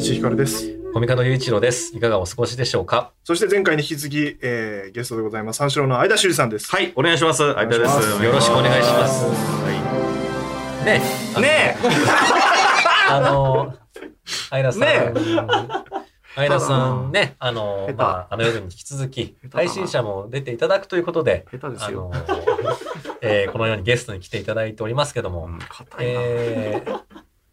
石井ひかるですコミカド雄一郎です。いかがお過ごしでしょうか。そして前回に引き続き、えー、ゲストでございます三四郎の相田修二さんですはい、お願いします。相田でお願いしす。ますよろしくお願いしますねはい。ねあの、アイラさん。ねアイラさんね、あ下の、手まあ、あの夜に引き続き手、だな配信者も出ていただくということで、え、下手であすよ。の、えーこのようにゲストに来ていただいておりますけども、うん硬いな。えー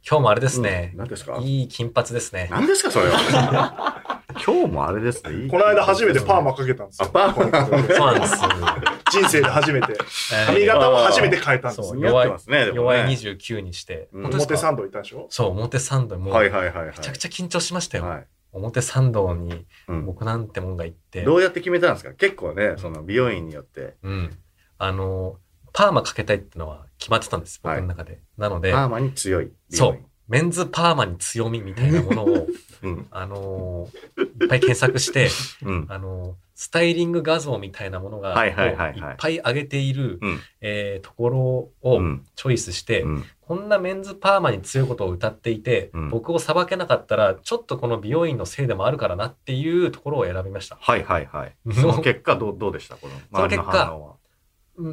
今日もあれですね、何ですかいい金髪ですね。何ですか、それは。 今日もあれですね。いいこの間初めてパーマかけたんですよあパーマこの人そうなん です。 人生で初めてえー髪型も初めて変えたんですそう似合ってますね、でも弱ねい29にして、うん本当で表すか参道行ったでしょそう、表参道にもう、はいめはいはいはい。ちゃくちゃ緊張しましたよ。はい表参道にうん僕なんてもんが行って、どうやって決めたんですか結構ね、その美容院によって。うん、あのパーマかけたいってのは決まってたんです僕はいの中で、なのでパーマに強い。美そ容う院メンズパーマに強みみたいなもの をうん。あのーいっぱい検索してうん。あのースタイリング画像みたいなものが、はいはいはいはいこうっぱい上げている、うんえーところうをんチョイスして、うんこんなメンズパーマに強いことを歌っていて、うん僕を裁けなかったらちょっとこの美容院のせいでもあるからなっていうところを選びました。はいはいはい。その結果、どう、どうでしたこの周りの反応は。うん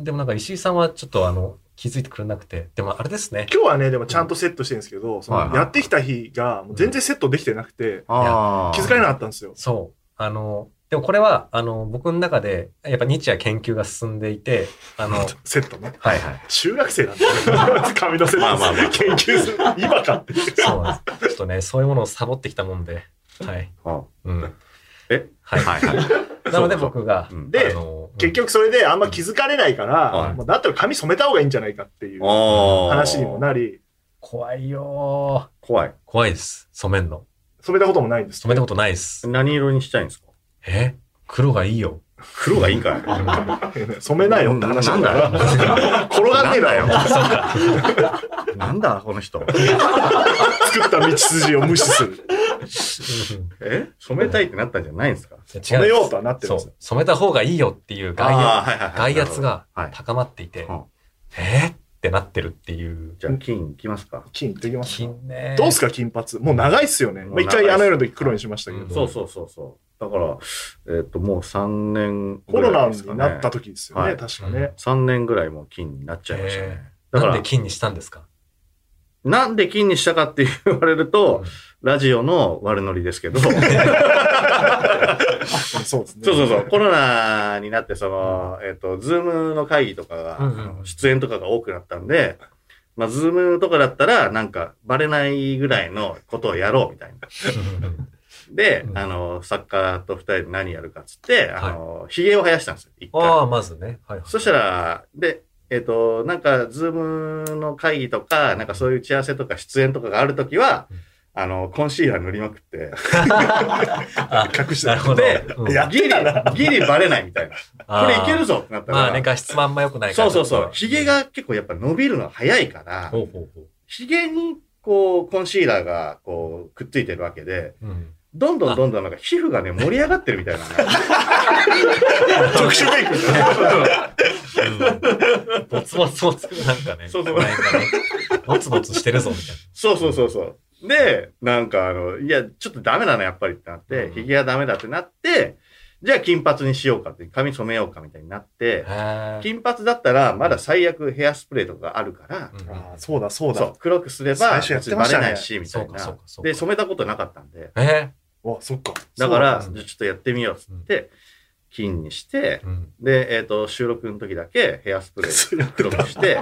でもなんか石井さんはちょっとあの気づいてくれなくてでもあれですね今日はねでもちゃんとセットしてるんですけどそはいのはいやってきた日がもう全然セットできてなくてああ。気づかれなかったんですよそうあのでもこれはあの僕の中でやっぱ日夜研究が進んでいて あのセットねはいはい。中学生なんだよ 髪のセットですまあまあまあ研究する今かってそうなんですちょっとねそういうものをサボってきたもんではい、あうん、えはいはいはい。なのでそう僕がうんであの結局それであんま気づかれないから、はいもうだったら髪染めた方がいいんじゃないかっていうああ。話にもなり怖いよ怖いー。怖いです染めんの染めたこともないんです染めたことないです何色にしたいんですかえ黒がいいよ黒がいいんかい染めないよって話なんだかだらよ。転がんねえだよなんだこの人。作った道筋を無視するえ染めたいってなったんじゃないんですか 違うんです染めようとはなってるんそですよう染めた方がいいよっていう外圧あーはいはいはい外圧がはい高まっていて、うんえーってなってるっていう。じゃあ金いきますか。金できますか金ね。どうすか金髪もう長いっすよね、まあ、一回あの夜の時黒にしましたけど、うんそうそうそうそう。だから、えっと、もう3年コぐロらナいですかにね。なった時ですよね、はい確かね、 3年ぐらいもう金になっちゃいましたねへ。だかなんらで、金にしたんですかなんで金にしたかって言われるとうん、ラジオの悪ノリですけど、そうそうですねそうそう、コロナになって、その、えっと、ズームの会議とかが、あうんうんの出演とかが多くなったんで、まあ、ズームとかだったら、なんか、バレないぐらいのことをやろうみたいな。で、うんあの、作家と二人で何やるかっつって、あの、髭を生やしたんですよ、一あ回。あ、まずね。はいはい、そしたら、で、えっ、と、なんか、ズームの会議とか、なんかそういう打ち合わせとか出演とかがあるときはうん、あの、コンシーラー塗りまくって、あ隠してなるほど。でうんやっギリ、ギリバレないみたいな。これいけるぞぞってなったから。まあね、画質もあんま良くないかそら。うそうそう。髭が結構やっぱ伸びるのが早いからほ、うほうほ髭にこう、コンシーラーがこう、くっついてるわけで、う。うん、どんどんどんどんなんか皮膚がね、盛り上がってるみたいな。特殊メイクみたいなうんボツボツボツなんかね。そうそうこの辺がねボツボツしてるぞみたい そうそうそうそう。で、なんかあの、いや、ちょっとダメだな、やっぱりってなって、うん髭がダメだってなって、じゃあ金髪にしようかって、髪染めようかみたいになって、な。へー金髪だったら、まだ最悪ヘアスプレーとかあるから、うんああそうだそうだそう、黒くすれ最ば、初やってまバしたレねないし、みたいそうかそうなか。そうかで、染めたことなかったんで、えあそっかだから、そうじだゃあちょっとやってみようっつって、金にしてー、うん。で、えっ、と、収録の時だけヘアスプレそうーや黒くして、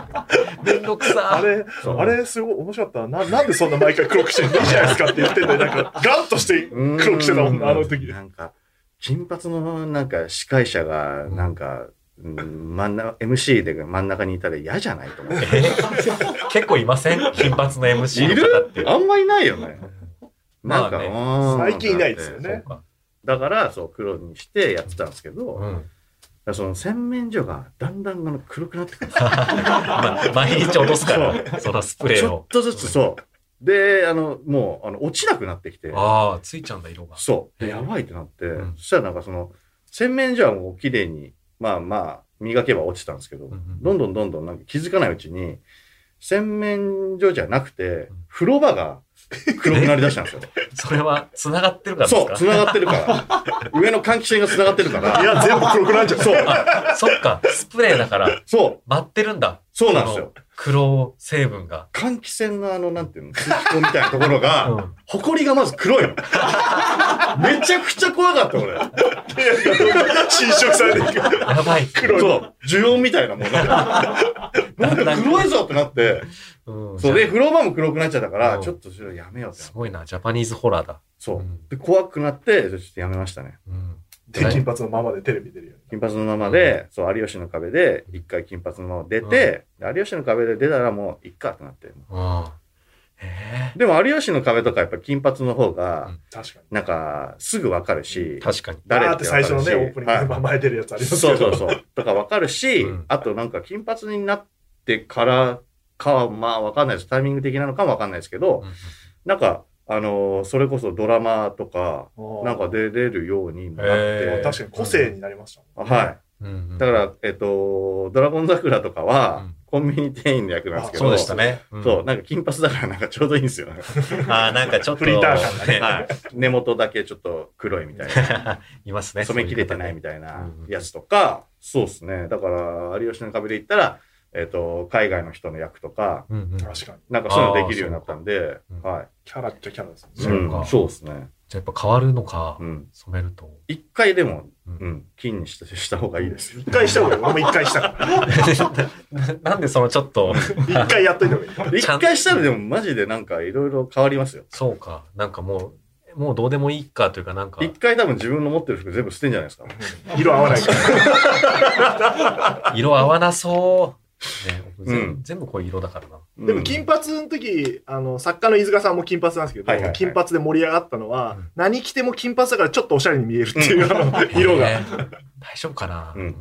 めんどくさあれ、そうあれ、すごい面白かったな。ななんでそんな毎回黒くしてるのいいじゃないですかって言ってんだよ。なんか、ガンとして黒くしてたもんな、あの時。なんか、金髪のなんか司会者が、なんか、うん、真ん中、MC で真ん中にいたら嫌じゃないと思って。え ー結構いません金髪の MC の方って。あんまりないよね。 なんまか、あねうーん最近いないですよねそうかだから、そう、黒にしてやってたんですけど、だうかん。らその洗面所がだんだんあの黒くなってくるんですよまあ毎日落とすから、そのスプレちーょをっ。とずつそう、で、あの、もう、あの、落ちなくなってきて、ああ、ついちゃうんだ、色が。そう。でへえやばいってなって、うんそしたらなんかその、洗面所はもう綺麗に、まあまあ、磨けば落ちたんですけど、うんうんどんどんどんどんなんか気づかないうちに、洗面所じゃなくて、風呂場が黒くなりだしたんですよ。それは、繋がってるからでそすう、か繋がってるから。上の換気扇が繋がってるから。いや、全部黒くなっちゃう。そう。あそっか、スプレーだから、そう、待ってるんだ。そうなんですよ。黒成分が。換気扇のあの、なんていうの、通気口みたいなところが、うん埃がまず黒いの。めちゃくちゃ怖かった、俺。侵食されていく。やばい。黒いそう、呪音みたい なもんなんか。なんか黒いぞってなって。うんそうで、風呂場も黒くなっちゃったから、うんちょっとそれやめようってなっすて。ごいな、ジャパニーズホラーだ。。そううんで、怖くなって、ちょっとやめましたね。うんで、金髪のままでテレビ出るように。金髪のままで、そう、有吉の壁で、一回金髪のまま出て、で有吉の壁で出たらもう、いっかってなって。うん。えでも、有吉の壁とかやっぱ金髪の方うがん、確かに。なんか、すぐわかるえ、し確かに。誰誰っってて最初のね、オわかープるしニングでまあ前出るやつありますけそど。うそうそう。 とかわかるし、うんあとなんか金髪になってからかは、まあわかんないです。タイミング的なのかもわかんないですけど、うんなんか、あのーそれこそドラマとか、あーなんか出れるようにもなって、へー確かに個性になりましたもん。はうんうんい。だから、えっと、ドラゴン桜とかは、うんコンビニ店員の役なんですけど、そうでしたね。んそう、なんか金髪だからなんかちょうどいいんで すよ。ああ、なんかちょっと。フリーター感がねはい。根元だけちょっと黒いみたいな。 いますね。染め切れてないみみたいなうんやつとか、そうですね。だから、有吉の壁で言ったら、えっ、と、海外の人の役とか、たいな。うんうん。確かに。なんかそういうのできるようになったんであーそう、かはい。キャラっちゃキャラですうもんね。んそうかそうですね。じゃあやっぱ変わるのかう、ん。染めると。一回でも、うんうん、金にしたした方がいいですよ。一回した方がいい。俺も一回したから。な なんでそのちょっと、一回やっといた方がいい。一ちゃん回したらでもマジでなんかいろいろ変わりますよ。そうか、なんかもう、もうどうでもいいかというかなんか、一回多分自分の持ってる服全部捨てんじゃないですか。色合わないから。色合わなそう。ねん全全部こういう色だからな。でも金髪の時、あの、作家の飯塚さんも金髪なんですけどはいはいは、い金髪で盛り上がったのうはん、何着ても金髪だからちょっとおしゃれに見えるっていうあ の色へが。ー。大丈夫かなうんうんへ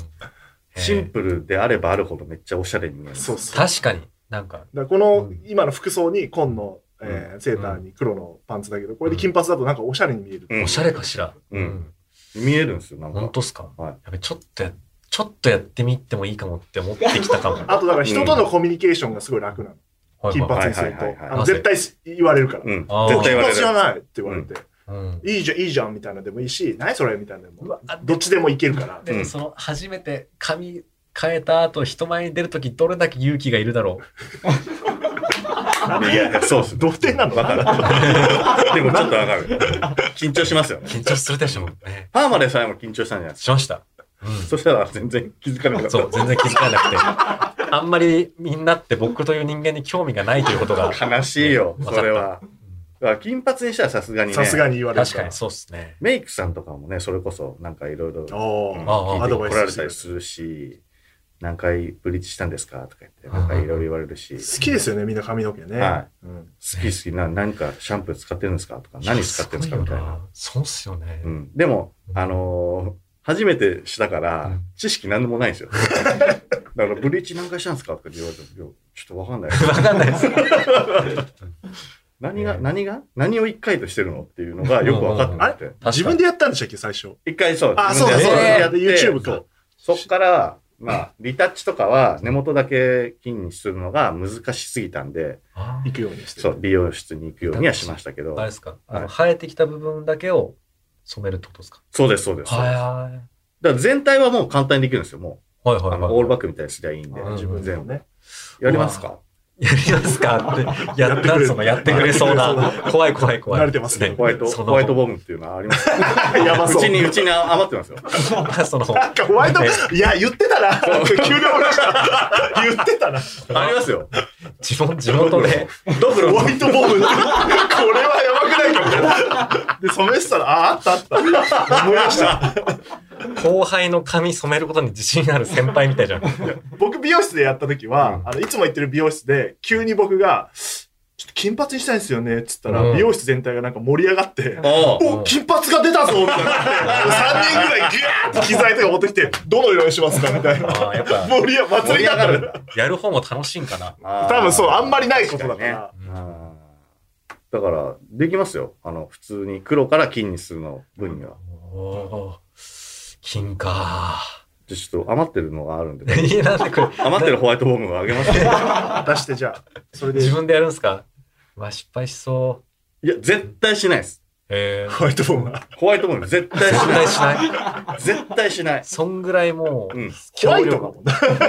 ーシンプルであればあるほどめっちゃおしゃれに見える。そうそう。確かに、なんか、だからこのうん今の服装に紺の、えーセーターに黒のパンツだけど、これで金髪だとなんかおしゃれに見える。うんおしゃれかしら。うん見えるんですよ、なん本か。当っすか、はいやべ、ちょっとや、ちょっとやってみてもいいかもって思ってきた かも。あとだから人とのコミュニケーションがすごい楽なの。はい金はい髪にするはいはいはいはいと。あの絶対言われるから。うん。あー絶対言金われ髪じゃる。ないって言われて、うんいいじゃん、いいじゃんみたいなのでもいいし、何それみたいなのでうもわ、あどっちでもいけるから。でもその初めて髪変えた後人前に出るときどれだけ勇気がいるだろいやいや、そうっす。童貞なのわかる。でもちょっとわかる。緊張しますようね。緊張するでしょ、ね、パーマでさえも緊張したんじゃないですしました、か。そしたら全然気づかなうかん、っそうた。全然気づかなくてあんまりみんなって僕という人間に興味がないということが悲しいよ、わかったそれは。だから金髪にしたらさすがにね。さすがに言われる確かからに。そうっすねメイクさんとかもね、それこそなんかいろいろおああーアアドドババイイススしてく来られたりれするし、何回ブリッジしたんですかとか言って、なんかいろいろ言われるし、る好きですよね、みんな髪の毛ね。はうん好き好きな、何かシャンプー使ってるんですかとか、何使ってるんですかみたいやすごな。なそうっすよね、うん、でも、あのー初めてしたから、うん知識何でもないんですよ。だから、ブリッジ何回したんですかとか言われても、いやちょっとわかんない。わかんない です何が、ね何が何を一回としてるのっていうのがよく分かってなくて。自分でやったんでしたっけ、最初。一回そう。あ、自そう分だ、でそうやだ。っでて YouTube か。そっから、まあ、リタッチとかは根元だけ金にするのが難しすぎたんで、あ行くようにして。そう、美容室に行くようにはしましたけどあれ、ですか、あのは生えてきた部分だけを染めるってことですかそうです、そうです。はいだかはいら全体はもう簡単にできるんですよ、も。はいはいうはいあの、オールバックみたいにすりゃいいんでうん。自分でもね。やりますかやりますかって、やったそのやってくれそうな。怖い怖い怖い。慣れてますねホワイト、そのホワイトボムっていうのはあります。 やばうそう。ちに、うちに余ってますよ。その、なんかホワイト、いや、言ってたな。急に思い出した。言ってたな。ありますよ。地元、地元で、ドブロホのワイトボムって、これはやばくないかみたいな。で、染めてたら、あ、あったあった。思い出した。後輩の髪染めることに自信ある先輩みたいじゃん。僕、美容室でやった時は、うんあの、いつも行ってる美容室で、急に僕が、ちょっと金髪にしたいんですよね、っつったら、うん美容室全体がなんか盛り上がって、おうお、金髪が出たぞみたいな。3人ぐらいギャーって機材とか持ってきて、どの色にしますかみたいな。ああ、やっぱ、盛り上が祭盛りり上だがから。る。やる方も楽しいんかな。多多分そう、あんまりないことだから。あーだから、できますよ。あの、普通に黒から金にするの分には。おー金か。でちょっと余ってるのがあるんで。いやなんでこれ、余ってるホワイトボームをあ げますね。出してじゃあ、それで自分でやるんですかまあ失敗しそう。いや、絶対しないです。えー、ホワイトボーンが。ホワイトボーム絶対し絶な 対い。しない。絶対しない。そんぐらいもう、うん。ホワイトだもん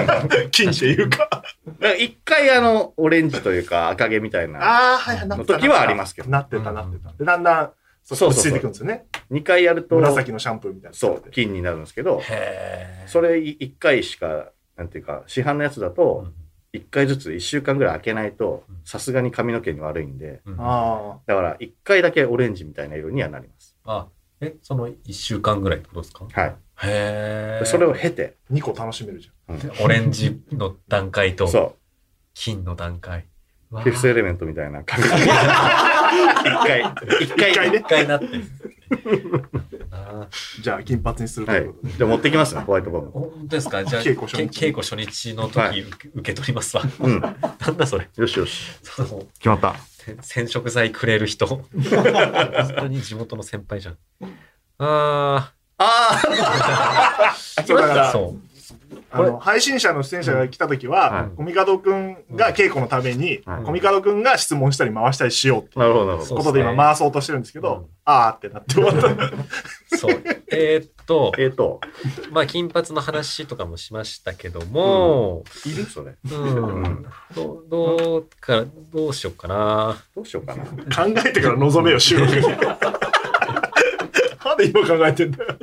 な。金っていうか。だから一回あの、オレンジというか赤毛みたいな、ああ、はいはい、なってたの時はありますけどなってた、なってた。で、だんだん、そう、そうそ落うそちう着いてくるんですよね。二回やると、紫のシャンプーみたいな。そう、金になるんですけど、へーそれい一回しか、なんていうか、市販のやつだうと、ん一回ずつ一週間ぐらい開けないとうん、さすがに髪の毛に悪いんで、うんあだから一回だけオレンジみたいな色にはなります。あ、え、その1週間ぐらいってことですかはい。へえ。それを経て、あ、2個楽しめるじオレンジの段階とそ金の段階。う、わフィフスエレメントみたい な感じで。一回、一回、一回ね一回なっ てる。あゃーん。じゃあ、金髪にするとはいいうことで。。じゃあ持ってきますね、ホワイトボーム。本当ですかじゃあ、稽古初日け稽古初日の時、はい受け受け取りますわ。 うん。なんだそれ。よしよし。その決まった。せ染色剤くれ る人。本当に地元の先輩じゃん。あああ、そうだからそう。あこの、配信者の出演者が来た時うんは、はいコミカドくんが稽古のために、はいコミカドくんが質問したり回したりしようってあ、なるほど、なるほそど。こうとでそうっす今ね回そうとしてるんですけうどん、あーってなって終わった。そう。えーっと、えっと、まあ、金髪の話とかもしましたけども、いるそれ。うん、うんどどうか、どうしようかな。どうしようかな。考えてから望めよ、 収録。なんで今考えてんだよ。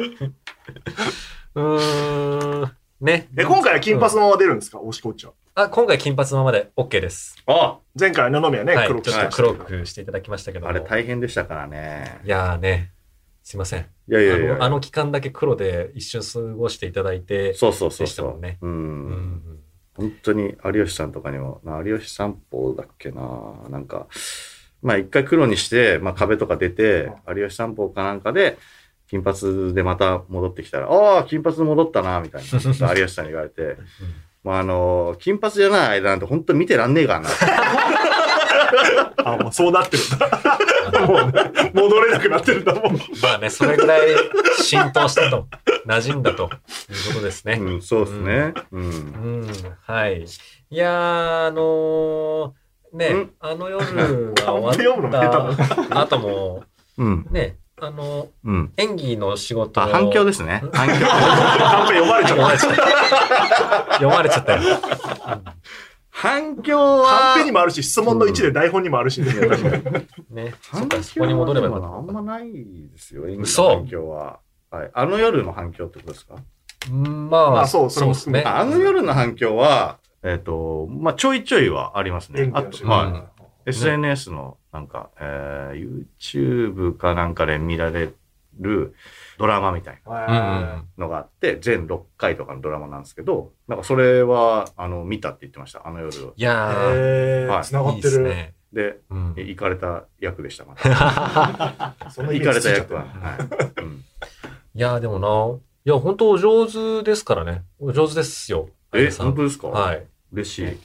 うーん、ね。え、今回は金髪のまま出るんですか押しこっちは。あ、今回金髪のままで OK です。あ前回二宮ねは、い、黒くちしょてっまとしたけ黒ど。くしていただきましたけども。あれ大変でしたからね。いやーね、すいません。いやいやいあのあや。の期間だけ黒で一瞬過ごしていただいて、そうそうそうでしたそもう。んねう。うんん、本当に有吉さんとかにも、な有吉散歩だっけな。なんか、まあ一回黒にして、まあ壁とか出て、有吉散歩かなんかで、金髪でまた戻ってきたら、ああ、金髪戻ったな、みたいな。有吉さんに言われて。まああの、金髪じゃない間なんて本当見てらんねえからな。あ、もうそうなってるんだ。もうね、戻れなくなってるんだ もん。まあね、それぐらい浸透したと、馴染んだということですね。うん、そうですね。うん。うん、はい。いやー、あのーねうん、あの夜が勘で終読むわの下った後も、うん。ね、あの、うん。演技の仕事をあ、反響ですね。反響。 カンペ読まれちゃった読ま。れちゃった。読まれちゃったよ。反響はカンペにもあるし、質問の1で台本にもあるしね。ね、そ反っ響か、はそこに戻ればよでかっもたあんまないですよ、演技嘘の反響は。はい、あの夜の反響ってことですかうんまあ、あそうそれもですね。ああの夜の反響は、えっ、と、まあ、ちょいちょいはありますね演。技あの仕と、事はい。うん SNS の、なんか、えー、YouTube かなんかで見られるドラマみたいなうん。のがあって、全6回とかのドラマなんですけど、なんかそれは、あの、見たって言ってました、あの夜を。いやへはー、い繋がー、いっていでする。ね。で、うん行かれた役でした、また。 そのイ行メーかジれつたいちゃった役は。な はい。うんいやー、でもな、いや、本当お上手ですからね。お上手ですよ。え、さん本当ですか。はいい。嬉しい。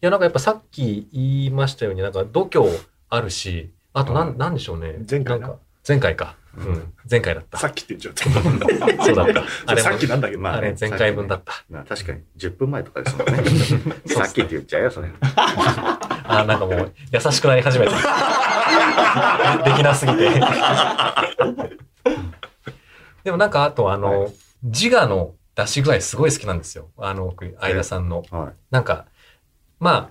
いや、なんかやっぱさっき言いましたように、なんか度胸あるし、あとなん、うんなんでしょうね。前回ななんか。前回か。うん。前回だった。さっきって言っちゃっ そうだった。 あた。れさっもき、なんだけどまな。あれ前回分だった。まあ確かに、10分前とかです もんね。さっきって言っちゃうよ、それ。あー、なんかもう優しくなり始めた。 できなすぎて。 でもなんかあとあの、は自我の出し具合すごい好きなんですよ。あの、僕、相田さんの。はなんか、まあ、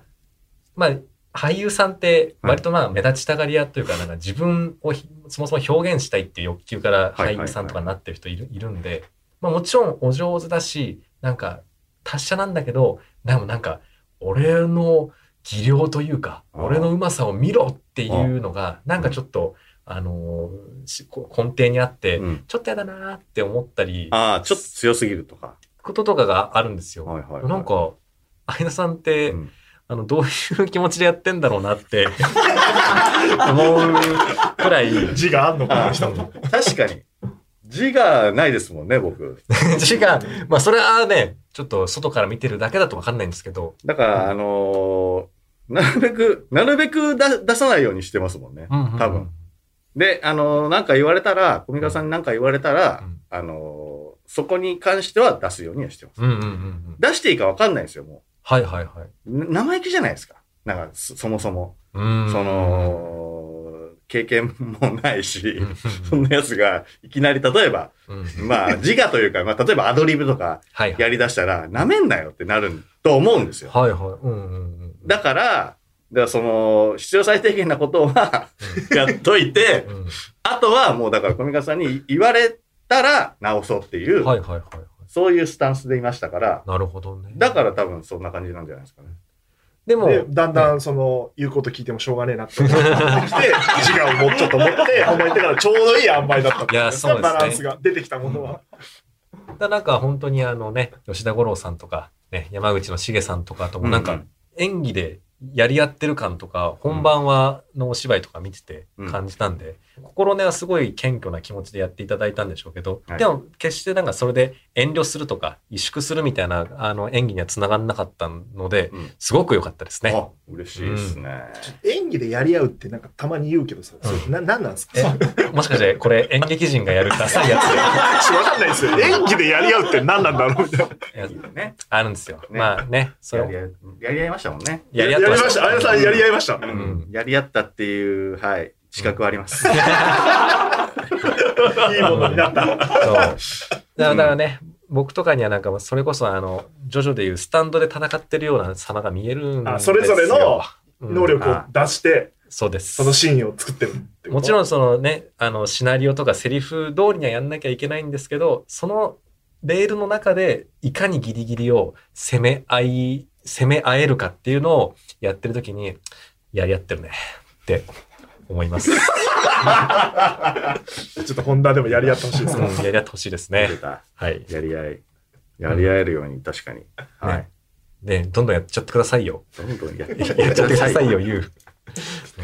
まあ、俳優さんって割とまあ目立ちたがり屋というか、なんか自分をひそもそも表現したいっていう欲求からはいはい俳優さんとかになってる人いる,、いるんで、まあもちろんお上手だし、なんか達者なんだけど、でもなんか俺の技量というか、あー俺のうまさを見ろっていうのが、なんかちょっと、あのーしこ根底にあっい。て、うんちょっとやだなーって思ったり、ああ、ちょっと強すぎるとか。こととかがあるんですよ。はいはいはい。なんか、相田さんって、うんあの、どういう気持ちでやってんだろうなって、 思うくらい、字があんのかあな、人ー、 確かに。字がないですもんね、僕。字が、まあ、それはね、ちょっと外から見てるだけだとわかんないんですけど、だかうんら、あのーなるべく、なるべくだ出さないようにしてますもんね。多分。で、あのーなんか言われたら、小見川さんになんか言われたら、うんあのーそこに関しては出すようにはしてます。うんうんうんうん。出していいかわかんないですよ、もはいはいはい。う。な生意気じゃないですか。なんか、そそもそも。そそ、の、経験もないしう、んそんなやつが、いきなり、例えば、うんうんまあ、自我というか、まあ、例えばアドリブとかはいはい。やり出したら、なめんなよってなると思うんですよ。はいはい。うんうんうん。だから、だからその、必要最低限なことはやっといて、うんあとはもうだから小見川さんに言われたら直そうっていう、はいはいはいはい。そういうスタンスでいましたから、なるほどね。だから多分そんな感じなんじゃないですかね。でも、で、だんだんその、言うこと聞いてもしょうがねえなって思ってきて、自我をもうちょっと持って、褒めてからちょうどいい塩梅だったっていやそうですねバランスが出てきたものは。だなんか本当にあのね、吉田五郎さんとか、ね、山口の茂さんとかともなんうかん演技でやり合ってる感とか、本番はのお芝居とか見ててうん感じたんで、心根はすごい謙虚な気持ちでやっていただいたんでしょうけど、はいでも決してなんかそれで遠慮するとか、萎縮するみたいなあの演技には繋がんなかったので、うんすごく良かったですね。あ嬉しいですね。演技でやり合うってなんかたまに言うけどさ、それな、なんなんです かえもしかしてこれ演劇人がやるダサいやつわかんないですよ。演技でやり合うって何なんだろうみたいな。いやいいよね。あるんですよ。ねまあね、そやりれ合いやり合いましたもんね。やりや合ってりまましした。た。あやさんやり合いました。うんん、やり合ったっていう、はい、資格あります。いいものになった。そう。だからだからね、僕とかにはなんか、それこそあの、ジョジョでいうスタンドで戦ってるような様が見えるんですよ。あそれぞれのうん能力を出して、そうです。そのシーンを作ってるってこともちろんそのね、あの、シナリオとかセリフ通りにはやんなきゃいけないんですけど、そのレールの中で、いかにギリギリを攻め合い、攻め合えるかっていうのをやってる時に、やり合ってるね、って思い ます。ちょっとホンダでもやり合ってほしいですうね。んやり合ってほしいですやねり。たはい。やり合い。やり合えるように、確かに。はい。ね、どんどんやっちゃってくださいよ。どんどんや ってやっちゃってくださいよ、言う。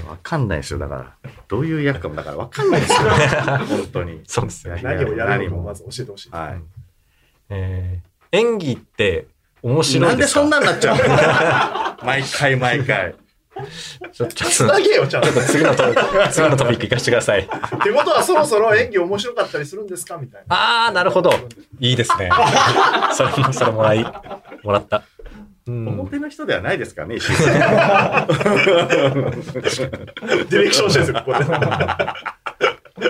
わかんないですよ。だから、どういう役かもだからわかんないですよ。本当に。そうですよね。何をやるの何かもをまず教えてほしい。はい。えー演技って面白ないんでですかそんなんなっちゃうの 毎回毎 回。ちょっと、ちょっつなとげよ、ちゃんと。っ次のトピック、次のトピック行かせてください。てことは、そろそろ演技面白かったりするんですかみたいな。あー、なるほど。いい ですね。それも、それもらい、もらった。うん。表の人ではないですからね、石 井さん。ディレクションしてるんですよ、ここで。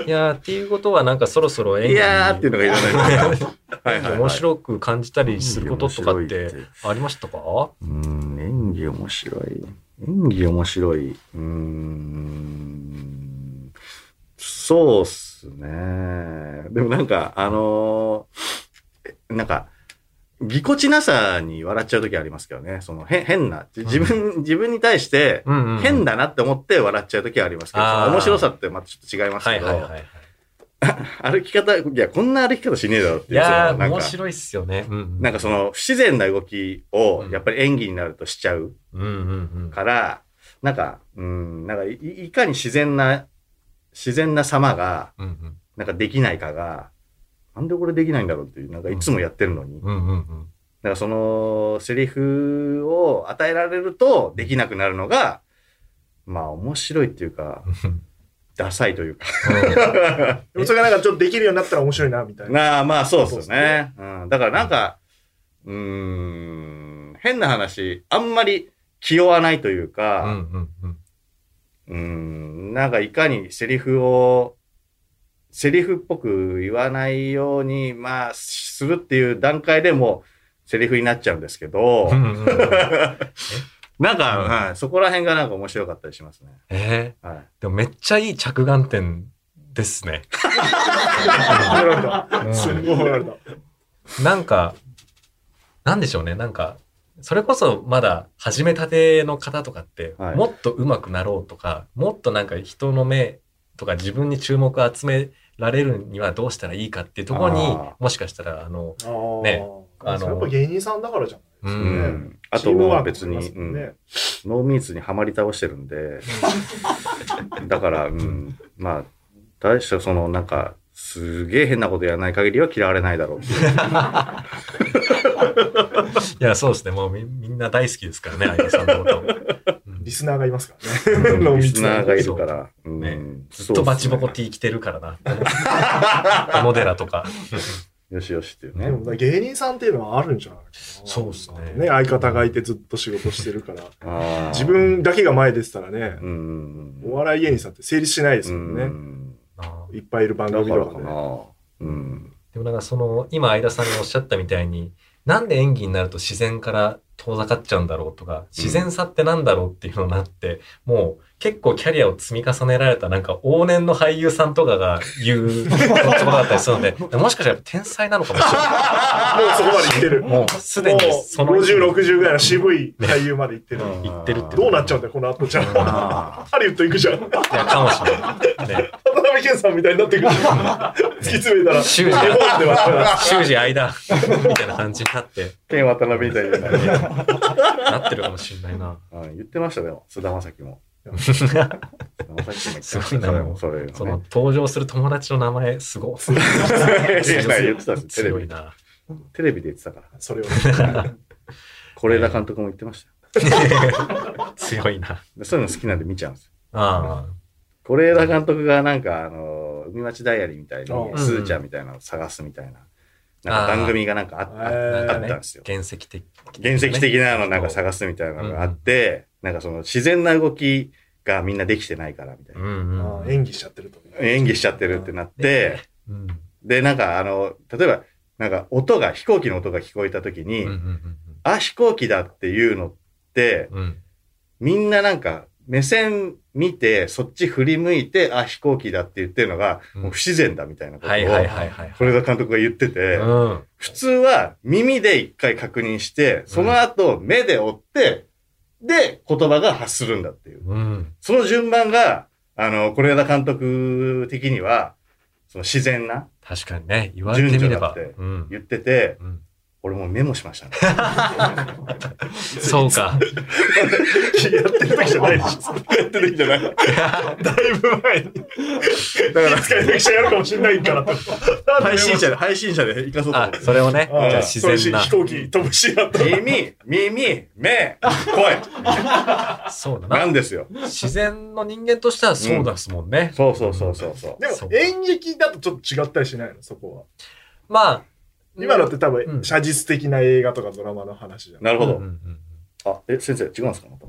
いやー、っていうことはなんかそろそろ演い技やーっていうのがいらないですよ。はいはい、はい。面白く感じたりすることとかっ面て白いっありましたかはうーん、演技面白い。演技面白い。うーん。そうっすね。でもなんか、あのーえなんか、ぎこちなさに笑っちゃう時ありますけどね。その、へ変な。自分、自分に対してうんうんうん、変だなって思って笑っちゃう時はありますけど、あーその面白さってまたちょっと違いますけいど、はいはい。歩き方、いや、こんな歩き方しねえだろっていいう。やそのなー、んか面白いっすよね。うん。なんかその不自然な動きをうんやっぱり演技になるとしちゃううんうんうん。から、なんか、うん、なんかいいいかに自然な、自然な様が、うんうんなんかできないかが、なんでこれできないんだろうっていう、なんかいつもやってるのに。だうんうん うん。からそのセリフを与えられるとできなくなるのが、まあ面白いっていうか、ダサいというか。でもそれがなんかちょっとできるようになったら面白いな、み たいな。なあ、まあそうですよそうっすねね。うん、だからなんか、うーん、変な話、あんまり気負わないといううんか、うんうん。うん、なんかいかにセリフを、セリフっぽく言わないように、まあ、するっていう段階でもうセリフになっちゃうんです けどう、んうんうん。なんか、はいそこら辺がなんか面白かったりしますね。えはい。ー、でもめっちゃいい着眼点ですね。褒められた。すごいうん褒められた。なんか、なんでしょうね、なんか、それこそまだ始めたての方とかって、はいもっと上手くなろうとか、もっとなんか人の目とか自分に注目を集められるにはどうしたらいいかっていうところあにー、もしかしたら、あの、あーねあのそれやっぱ芸人さんだからじゃん。う、うんん。あチームワークと、別ありまに、すうもんねん、ノーミーツにはまり倒してるんで、だから、うん、まあ、大したその、なんか、すげえ変なことやらない限りは嫌われないだろうっていう。いや、そうですね、もうみみんな大好きですからね、相田さんのこと。うんリスナーがいます から ね。濃リ密スナーがいるそうから。うんねずそっうとすねバチボコ T 着てるからな。小野寺とか。よしよしっていうでねも。な芸人さんっていうのはあるんじゃないかなそうっすねね、相方がいてずっと仕事してるから。あー自分だけが前出てたらね、うんうんうん。お笑い芸人さんって成立しないですうもんね。ん。あーいっぱいいる番だ組からとかかなね。。うん。でもなんかその、今、相田さんがおっしゃったみたいに、なんで演技になると自然から遠ざかっちゃうんだろうとか、自然さってなんだろうっていうのになって、もう結構キャリアを積み重ねられたなんか往年の俳優さんとかが言う言葉だったりするので、もしかしたら天才なのかもしれなもうそこまで行ってる。い。ももうすでにそのう50、60ぐらいの渋い俳優まで行ってる。言ってるってどうなっちゃうんだよ、この後じゃあ。あハリウッド行くじゃん。渡いやかもしれない。ね辺謙さんみたいになってくる。突き詰めたら、修絵二本では。修二間みたいな感じになって、ーペン渡辺みたいになるねなってるかもしれないな。うん言ってましたよ、菅田将暉も。菅田将暉も言ってましたすごいなそれもそれそものね。登場する友達の名前、すごい。言ってたんですよテレ強いビ。な。テレビで言ってたから。それをね。是枝監督も言ってましたよ強いな。で。そういうの好きなんで見ちゃうんですよ。あ是枝監督がなんか、あの、海町ダイアリーみたいに、スうんーちゃんみたいなのを探すみたいな、なんか番組がなんかあああ。えなーんあかっねたんですよ、原石的。原石的なのなんか探すみたいなのがあって、なんかその自然な動きがみんなできてないからみたいうんな。うんあー演技しちゃってると。演技しちゃってるってなって、うん。で、なんかあの、例えば、なんか音が、飛行機の音が聞こえた時に、うんうんあ、飛行機だっていうのって、うんうん。みんななんか目線見て、そっち振り向いて、あ、飛行機だって言ってるのが、うんもう不自然だみたいなことを、はいはいはいはい。是枝監督が言ってて、うん。普通は耳で一回確認して、その後目で追って、で、言葉が発するんだっていう。うん。その順番が、あの、是枝監督的には、その自然な、確かにね、言われてみれば。順序だってうん。言ってて、うん俺もうメモしましたね。そうやか。ってる時じゃないでしょ。やってるじゃない。だかだいぶ前に。ら、使い時者やるかもしれないからと。配信者で、配信者で生かそうと思あっ、て。それをね、じあゃあー自そ然うな飛。行機飛ぶシーンだった。耳、耳、目、声。そうだなな。んですよ。自然の人間としてはそうですもんね。そうそうそうそうそう。でそうも演劇だとちょっと違ったりしないのそこは。まあ。今のって多う分ん写実的な映画とかドラマの話じゃん。なるほうんどう。んうんあ、え、先生、違うんですかまた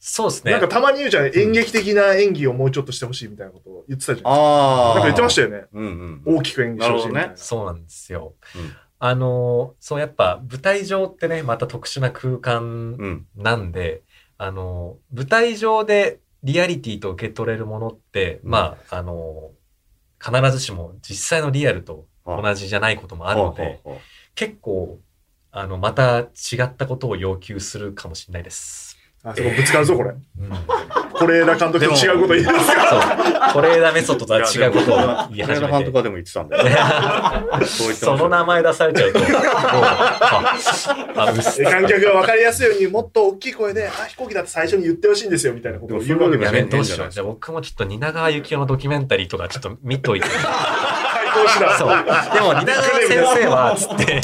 そうですね。なんかたまに言うじゃん、演劇的な演技をもうちょっとしてほしいみたいなことを言ってたじゃん。あなんか言ってましたたよね。うんうん。大きく演技してほしいみたいな。そうなんですよ。うんあの、そうやっぱ舞台上ってね、また特殊な空間うん。なんで、あの、舞台上でリアリティと受け取れるものって、うんまあ、あの、必ずしも実際のリアルと同じじゃないこともあるので、ほうほうほう結構、あの、また違ったことを要求するかもしれないです。あ、そこぶつかるぞ、これ。うん、是枝監督と違うこと言いますかそう。トレーダーメソッドとは違うことを言い始金田め監て督。はでも言ってたん だよ。そう言ってそましたの名前出されちゃうと、もうあ、あ うっすえ観客が分かりやすいようにもっと大きい声で、あ、飛行機だって最初に言ってほしいんですよ、みたいなことを言うわけやだめよ。んどうしよう。じゃあ僕もちょっと蜷川幸雄のドキュメンタリーとかちょっと見といて。開講師だ。そう。でも蜷川先生は、つって、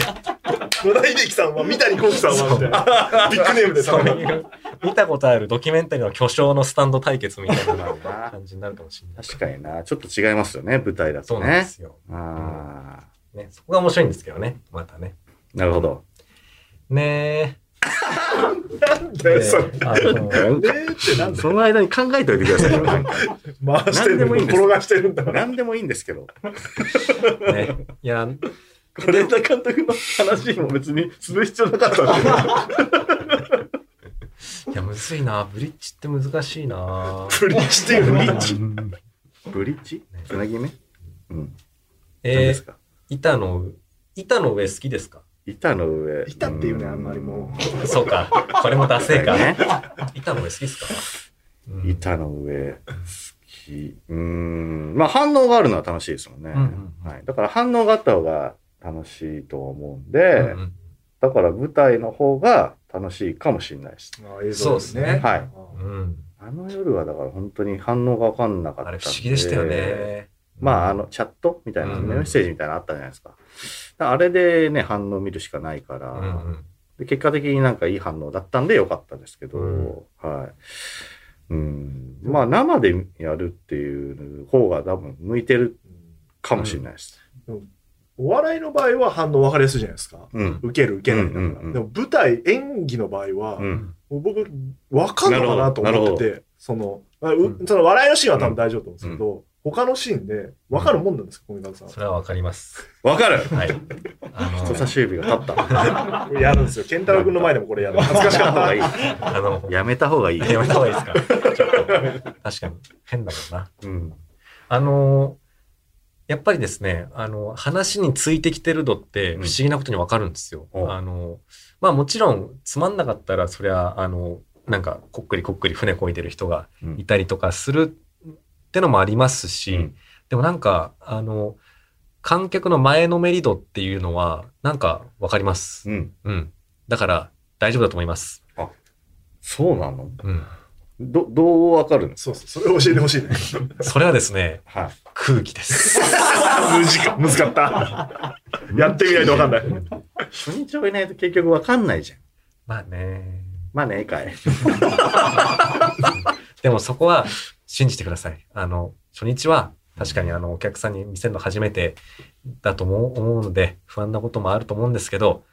野田秀樹さんは、三谷幸喜さんは、みたいな。ビッグネームで多そう分。いう、見たことあるドキュメンタリーの巨匠のスタンド対決みたいな感じになるかもしれない。確かにな。ちょっと違いますよね、舞台だそうとなんでね。すよ。あね、そこが面白いんですけどね、またね。ーなるほど。 ねなんえ。だよ、それ。ねであのえってなんだよ。その間に考えておいてくださいよ。なんか 回してるなんでもいいんです転がしてるんだから。何でもいいんですけど。ね、いや、是枝監督の話も別にする必要なかったんで。いや、むずいな。ブリッジって難しいな。ブリッジっていうのは ブリッジつなぎ目うん。何えですー、か板の、板の上好きですか板の上。板っていうね、あんまりもう。そうか。これもダセーか。ね。板の上好きですか、うん板の上、好き。うーん。まあ反応があるのは楽しいですもんね。うんうんはい。だから反応があった方が楽しいと思うんうんでう、んだから舞台の方が楽しいかもしれないです。あ映そうですねはいうんうんあの夜はだから本当に反応が分かんなかったあんれ不思議でしたよ。ね。まあ、あの、チャットみたいな、うんメッセージみたいなのあったじゃないですか。だからあれでね、反応見るしかないから、うんうん、で結果的になんかいい反応だったんでよかったですけど、うんはい。うん、まあ生でやるっていう方が多分向いてるかもしれないです。お笑いの場合は反応分かりやすいじゃないですか。うん。受ける受けないだから、うんうんうんでも舞台演技の場合は、うん。もう僕分かんのかなと思っててそのあうその笑いのシーンは多分大丈夫だと思うんですけど、他のシーンで分かるもんなんですか小見川さそれはわかります。わかるはい。あの人差し指が立った。ん。やるんですよ。健太郎君の前でもこれやる。恥ずかしかった。いい。あの、やめた方がいい。やめた方がいいですかちょっと確かに、変だもんな。うん。あのやっぱりですね、あの、話についてきてるのって不うん思議なことにわかるんですよ。おあの、まあもちろんつまんなかったら、そりゃ、あの、なんか、こっくりこっくり船こいでる人がいたりとかするってのもありますし、うんでもなんか、あの、観客の前のめり度っていうのは、なんかわかります。うん。うん。だから、大丈夫だと思います。そうなのうん。ど、どうわかるんですそうそう。それ教えてほ しいね。それはですね、かはい。空気 です。むずか、むずかった。やってみないと分かんない。初日をいないと結局わかんないじゃん。まあね。まあね、かい。でもそこは信じてください。あの、初日は確かにあの、お客さんに見せるの初めてだとも思うので、不安なこともあると思うんですけど、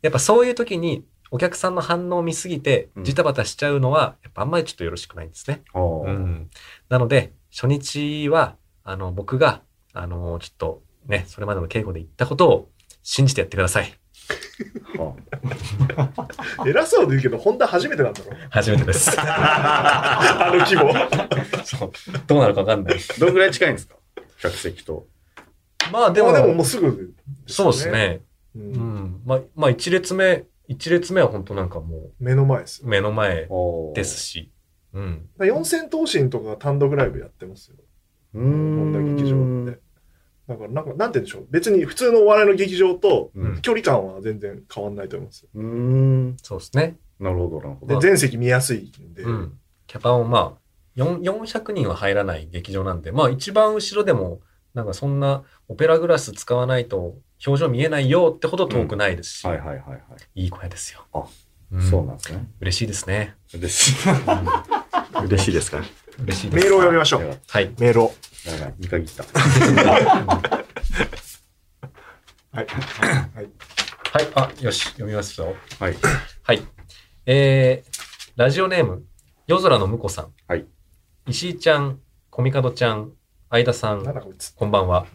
やっぱそういう時にお客さんの反応を見すぎてうん、ジタバタしちゃうのは、やっぱあんまりちょっとよろしくないんですね。おうーん。なので、初日は、あの、僕が、あの、ちょっとね、それまでの稽古で言ったことを信じてやってください。は偉そうで言うけど、本田初めてなんだろ。初めてです。 あの規模。 そう。どうなるかわかんない。あどんぐらい近いんですか客席と。まあででも、も、でももうすぐ、そうです。ね。ううんん、まあ、まあ、一列目、一列目は本当なんかも目の前ですよ。う目の前おーです。し、うん。だから四千頭身とか単独ライブやってますよ。うー本ん。田劇場って。だから、なんか、なんて言うんでしょう。別に普通のお笑いの劇場とうん距離感は全然変わんないと思いますよ。うーん。そうですね。なるほど、なるほで、ど。全席見やすいんで。うん。キャパをまあ、四400人は入らない劇場なんで、まあ一番後ろでも、なんかそんなオペラグラス使わないと表情見えないよってほど遠くないですし、はいはいはいはいい声ですよ。あうん、そうなんですね。嬉しいですね。嬉しい。嬉しいですか嬉しいでメーす。ルを読みましょやう。ばいはい。メールを。やばい見限った。はい。はい。はい。あ、よし。読みますよ。はい。はい。えー、ラジオネーム、夜空の婿さん。はい。石井ちゃん、コミカドちゃん、相田さなんん、だこいつ。こんばんは。ん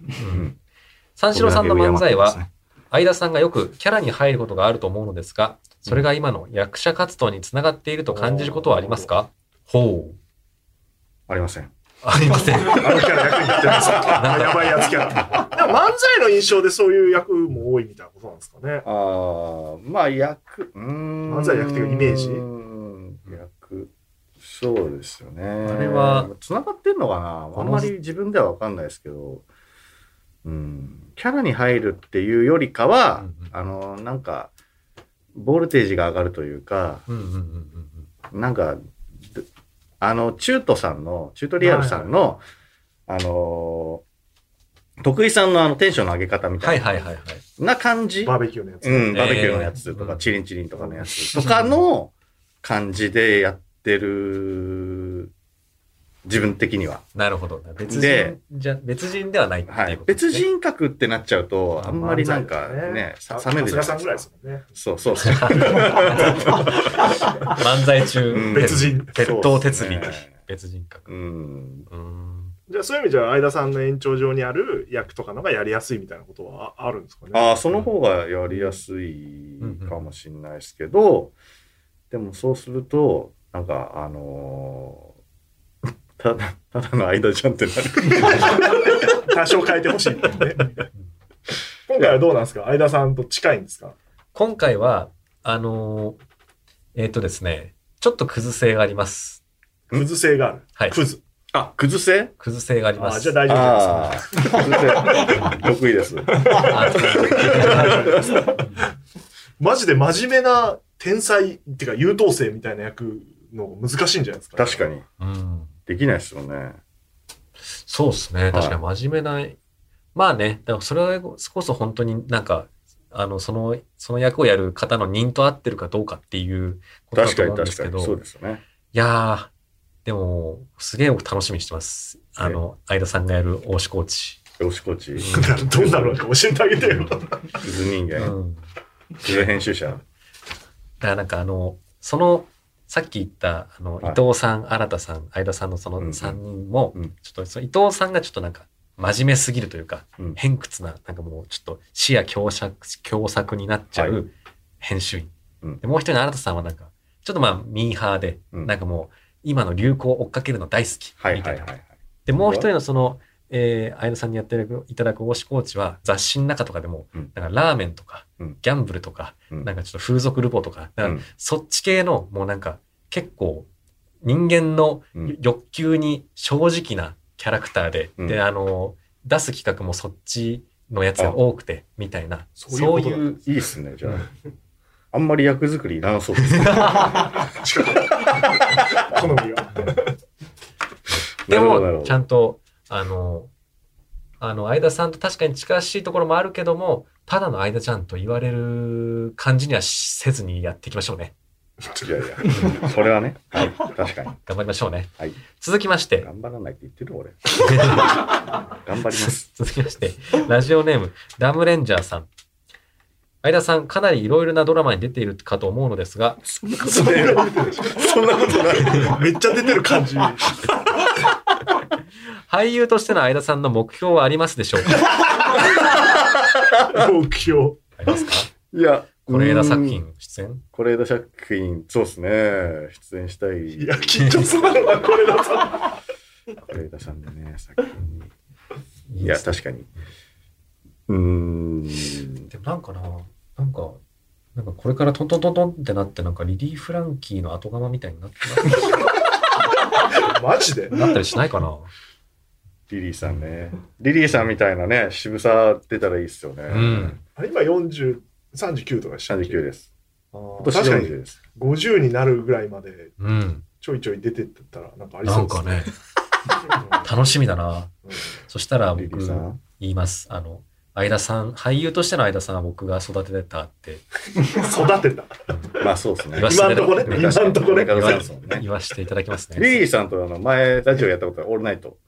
三四郎さんの漫才これだは、相田さんがよくキャラに入ることがあると思うのですが、それが今の役者活動につながっていると感じることはありますかほう。ありません。ありません。あのキャラ役になってます。あ やばいやつキャラ。でも漫才の印象でそういう役も多いみたいなことなんですかね。ああ、まあ役、うーん。漫才役というかイメージうーん役。そうですよね。あれは。繋がってんのかなあんまり自分では分かんないですけど。うん。キャラに入るっていうよりかうは、んうんあの、なんか、ボルテージが上がるというか、うんうんうんうんなんか、であの、チュートさんの、チュートリアルさんの、あのー、徳井さんのあのテンションの上げ方みうん。たはいいな,、はいはいはい。な感じ。バーベキューのやつ。うん、ねバーベキューのやつとか、えーチリンチリンとかのやつとかの感じでやってる、自分的には。なるほど。別で人じゃ、別人ではないってはいいうこ。とです別ね。人格ってなっちゃうと、あんまりなんかね、冷めるじゃないさんぐらいですかです。もんね。そうそうそう。漫才中、うん別人。鉄そう頭っ鉄す尾ね別人格。うん。うーん。じゃあそういう意味じゃ、相田さんの延長上にある役とかのがやりやすいみたいなことはああるんですかね。ああ、その方がやりやすいかもしれないですけど、でもそうすると、なんか、あのーただ、ただの間じゃんってなる。多少変えてほしいみたいなね。今回はどうなんですか相田さんと近いんですか今回は、あのーえっ、とですね、ちょっとクズ性があります。クズ性がある。はい。クズ。あ、崩せクズ性がありまあす。あ、じゃあ大丈夫じゃないですかああ、崩せ。得意です。あマジで真面目な天才っていうか優等生みたいな役の難しいんじゃないですか確かに。 うん。できないですよね。そうですね。確かに真面目な、まあね、だからそれこそ本当になんか、あの、その、その役をやる方の人と合ってるかどうかっていうことだ確とか思うにんですけ確かど、に。そうですよね。いやー、でも、すげえ僕楽しみにしてます。あの、相田さんがやる大志コーチ。よしこち、ん水 どうなるのか教えてあげてよ。人間、うん水編集者。だからなんかあの、その、さっき言った、あの、はい伊藤さん、新田さん、相田さんのそのうんうん3人も、うんちょっとその伊藤さんがちょっとなんか、真面目すぎるというか、うん偏屈な、なんかもうちょっと視野狭窄、狭窄になっちゃはう編集員。うんでもう一人の新田さんはなんか、ちょっとまあ、ミーハーで、うんなんかもう、今の流行を追っかけるの大好き、みたはいいな。はいはい。で、もう一人のその、えー、相田さんにやっていただく推しコーチは、雑誌の中とかでも、うんなんかラーメンとか、うんギャンブルとか、うんなんかちょっと風俗ルポとか、だからうんそっち系の、もうなんか、結構、人間のうん欲求に正直なキャラクターで、うんで、あの、出す企画もそっちのやつが多くて、みたいな、そそうういうことだいう、いいっすね、じゃあ。あんまり役作りいらなそうですね。好みが。でなるほも、どちゃんと、あの、あの、相田さんと確かに近しいところもあるけども、ただの相田ちゃんと言われる感じにはしせずにやっていきましょうね。いやいや、それはね、はい、確かに。頑張りましょうね。はい続きまして、頑張らないって言ってる 俺。頑張ります。続きまして、ラジオネーム、ダムレンジャーさん。相田さん、かなりいろいろなドラマに出ているかと思うのですが、そんなこそんなこと出てるでしょそんなことない。めっちゃ出てる感じ。 俳優としての相田さんの目標はありますでしょうか目標。ありますかいや、これ枝作うん。品出演これ枝作品、そうですね。出演したい。いや、緊張するな、これだと。これ枝さんのね、作品に。いでや、すね確かに。うーん。でもなんかな、なんか、なんかこれからトントントントンってなって、なんかリリー・フランキーの後釜みたいになってマジでななったりしないかな。リリーさんね。リリーさんみたいなね、渋さ出たらいいっすよね。うん。あれ今40、39とかでしたっけ39です。あー今年確か40にです。 50になるぐらいまでうん。ちょいちょい出てってたらなんかありなそうんでかすね。ね、楽しみだな。うんそしたらリリ僕ーさ、ん。言います。あの、相田さん、俳優としての相田さんは僕が育ててたって育てた。まあそうですね。言わせ今てんとこね。うん今んとこね。中野言わさんですもんね言わせていただきますリリね。ーさんとあの前ラジオやったことあるオールナイト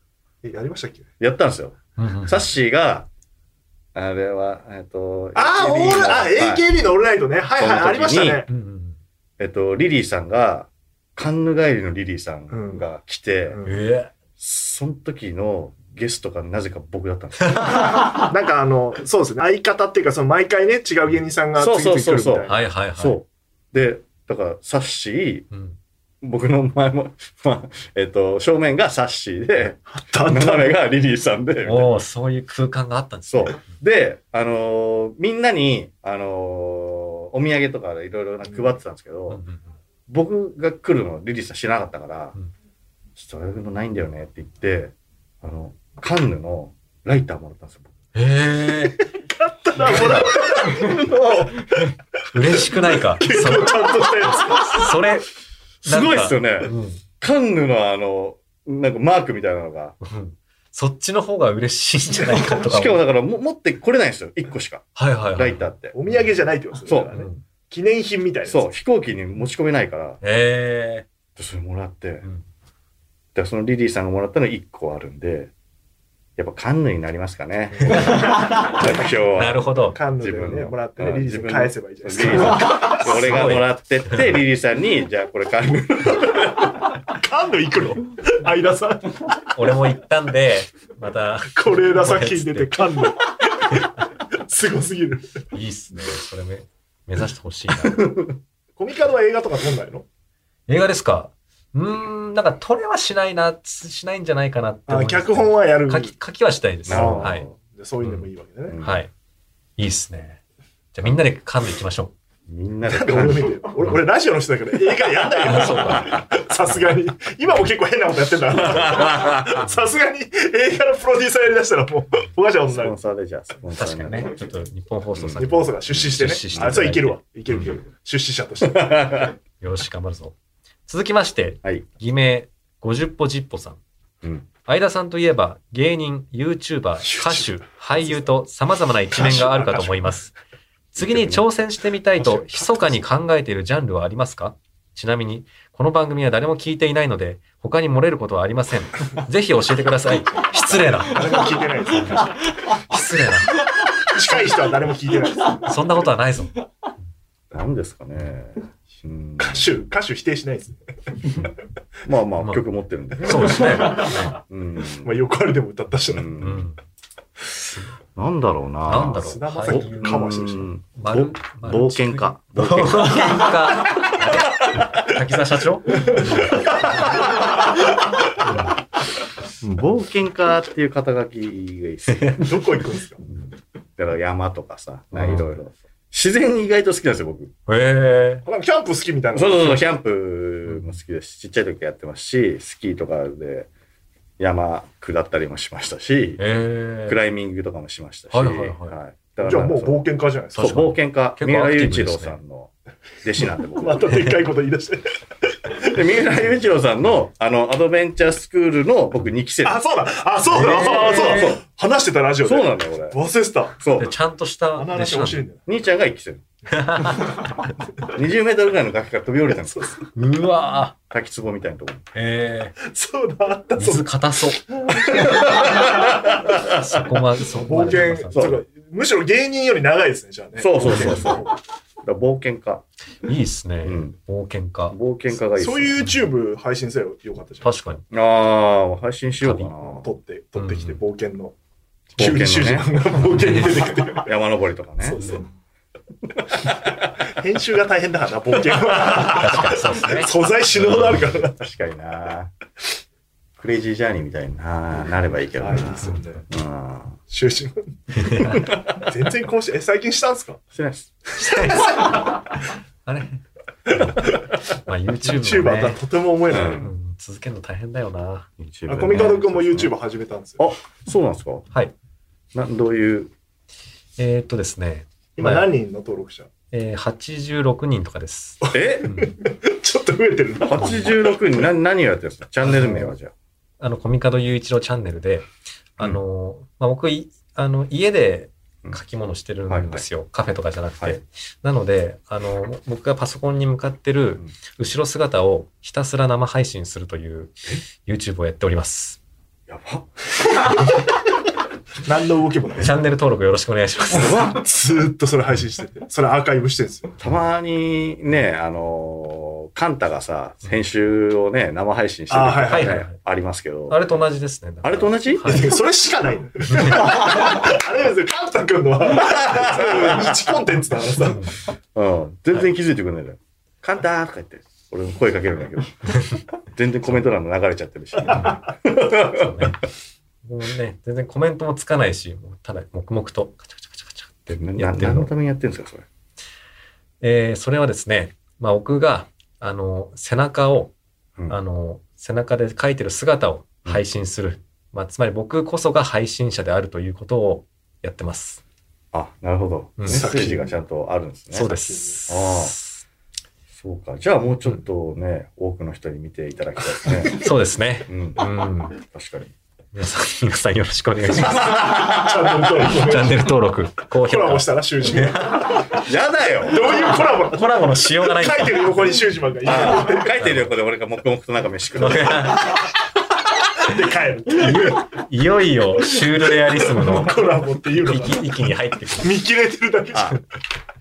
え、やりましたっけやったんですよ。うんうんサッシーが、あれは、えっと、ああ、オ AKB ール、あ、のはい AKB のオールナイトね。はいはい、その時にありましたね。うんうんえっと、リリーさんが、カンヌ帰りのリリーうさんんが来て、うんえその時のゲストがなぜか僕だったんですよ。なんかあの、そうですね。相方っていうか、その毎回ね、違う芸人さんがそう次そ々来るうそうみたそういえな。はいはいはい。そう。で、だから、サッシー、うん。僕の前も、まあ、えっと、正面がサッシーで、だんだん斜めがリリーさんで、みたいなおお、そういう空間があったんですそねう。で、あのーみんなに、あのーお土産とかいろいろな配ってたんですけど、うんうんうん僕が来るのリリーさん知らなかったから、うんちょっとあれもないんだよねって言って、あの、カンヌのライターもらったんですよ。へえ。ほら、嬉しくないか。結構 ちゃんとしたやそそれ、すごいっすようね。んカンヌのあの、なんかマークみたいなのが。うんそっちの方が嬉しいんじゃないかとかしかもも。だからも持ってこれないんですよ。1個しか。はいはいはい。ライターってつ。。お土産じゃないってことですね。だからうねん記念品みたいな。そう、。飛行機に持ち込めないから、えそれもらって、んでそのリリーさんがもらったの1個あるんで、やっぱカンヌになります かね。今日え。は。なるほど。カンヌで自分ね、のもらってうね、んリリース自分の返せばいいじゃないリでリすーか。 さん。俺がもらってって、リリーさんに、じゃあこれカンヌ。カンヌ行くの相田さん。俺も行ったんで、また、これだ先に出てカンヌ。すごすぎる。いいっすね。それめ、目指してほしいな。コミカドは映画とか撮んないの映画ですかうーん、なんか、撮れはしないな、しないんじゃないかなって思あいますね脚本はやる。書き、書きはしたいです。なるほどはい。でそういうのもいいわけだね。はい。いいっすね。じゃあみんなで噛んでいきましょみんなでなんでカ俺ン見ヌてる俺、俺ラジオの人だから映画やんない よ。 さすがに。今も結構変なことやってんだから。さすがに映画のプロデューサーやりだしたらもう、おかしなことにスなポるン。サーでじゃあ、スポンう。サー確かにね。ちょっと日本放送さん日に本放送が出資してね出資して。いただいあ、てそれいけるわ。いけるいける。出資者として。よし、頑張るぞ。続きまして、はい偽名、50歩10歩さん。うん相田さんといえば、芸人、YouTuber、歌手、俳優と様々な一面があるかと思います。 次に挑戦してみたいと、密かに考えているジャンルはありますかちなみに、この番組は誰も聞いていないので、他に漏れることはありません。ぜひ教えてください。失礼な。誰も聞いてないですよ。失礼近い人は誰も聞いてないです。な。そんなことはないぞ。何ですかね。うん歌手、歌手否定しないです。まあままああ曲持ってるんでね。そうですね。うんまあ、よくあるでも歌ったし うな。うんん。なんだろうな。なんだろう菅田将暉うんカバーしてる人。丸冒険家。。冒 険冒険家。滝沢社長冒険家っていう肩書きがいいっすね。どこ行くんですかだから山とかさ、うんいろいろ。自然意外と好きなんですよ、僕。ええ。なんかキャンプ好きみたいな。そうそうそう、キャンプも好きですし、ちっちゃい時やってますし、スキーとかで山下ったりもしましたし、えクえ。ライミングとかもしましたし、はいはいはいいだじゃかあらもうその冒険家じゃないですそうか。確かに冒険家、結三構ア浦クティ雄ブ一ですね郎さんの弟子なんで 僕またでっかいこと言い出して。で三浦雄一郎さんのあのアドベンチャースクールの僕2期生あ、そうだあ、そうだ、えーあそうだそうだ話してたラジオで。そうなんだよ俺忘れてた。そうでちゃんとしたあの弟話子面なんだ白いんだよ兄ちゃんが1期生 20メートルぐらいの崖から飛び降りたんですようわ滝壺みたいなとこーええな。そうだ、あった、そう水硬 そう。そこまで、そこま冒で。険そうそうかむしろ芸人より長いですね、じゃあね。そうそうそうそうう。だから冒険家、いいですね。うん、冒険家。冒険家がいいっすそういう YouTube 配信すればよかったじゃん。確かに。ああ配信しようか撮なって、撮ってきて、うん冒険の。冒 険急のねに修士さんが冒険に出てきて。 山登りとかねそうそう。編集が大変だからな、冒険は。確かに そうですね。素材死ぬほどあるからな。確かになクレイジージャーニーみたいにななればいいけどな、あいいですよね。うん修士の。全然更新、え、最近したんすかしてないっすあれまあ YouTube も ?YouTuber とはね、とても思えないうん。うん、続けるの大変だよな。 YouTube ねあコミカド君も YouTube 始めたんですよ。あそうなんですかはい。などういうえーっとですね、今何人の登録者えー、86人とか です。えちょっと増えてるな。 86人な何をやってるんですかチャンネル名はじゃあ。あの、コミカド雄一郎チャンネルで、あの、まあ、僕い、あの、家で書き物してるんですよ。カフェとかじゃなくて。はいなので、あの、僕がパソコンに向かってるん後ろ姿をひたすら生配信するという YouTube をやっております。やば何の動きもない。チャンネル登録よろしくお願いします。ずーっとそれ配信してて。それアーカイブしてるんですよ。たまにね、あのーカンタがさ、編集をね、生配信してるあはいはいねはいはいありますけど、あれと同じですね。あれと同じはいそれしかないの。あれですよ、カンタ君のは、日コンテンツだからさ。うん、全然気づいてくれないじゃん。カンタとか言って、俺も声かけるんだけど、全然コメント欄も流れちゃってるし、そうね。もうね、全然コメントもつかないし、もうただ黙々とカチャカチャカチャカチャってなやなってる何のの。ためにやってるんですか、それ。えーそれはですね、まあ僕が、あの、背中を、うんあの、背中で描いてる姿を配信する。まあつまり僕こそが配信者であるということをやってます。あ、なるほど。うんメッセージがちゃんとあるんですね。そうです。そうか。じゃあもうちょっとね、多くの人に見ていただきたいですね。そうですね。うん、う 確ん。かに。皆さん、皆さんよろしくお願いします。チャンネル登録チャンネル登録、高コ評ラボ価し。たら、修士マン。やだよどういうコラボコラボのしようがないん だ書いてる横に修士マンがいるあ書いてる横で俺が黙々となんか飯食う。で帰るっていういよいよシュールレアリス ムのコラボっていうのが域域に入ってくる。見切れてるだけじゃんあ、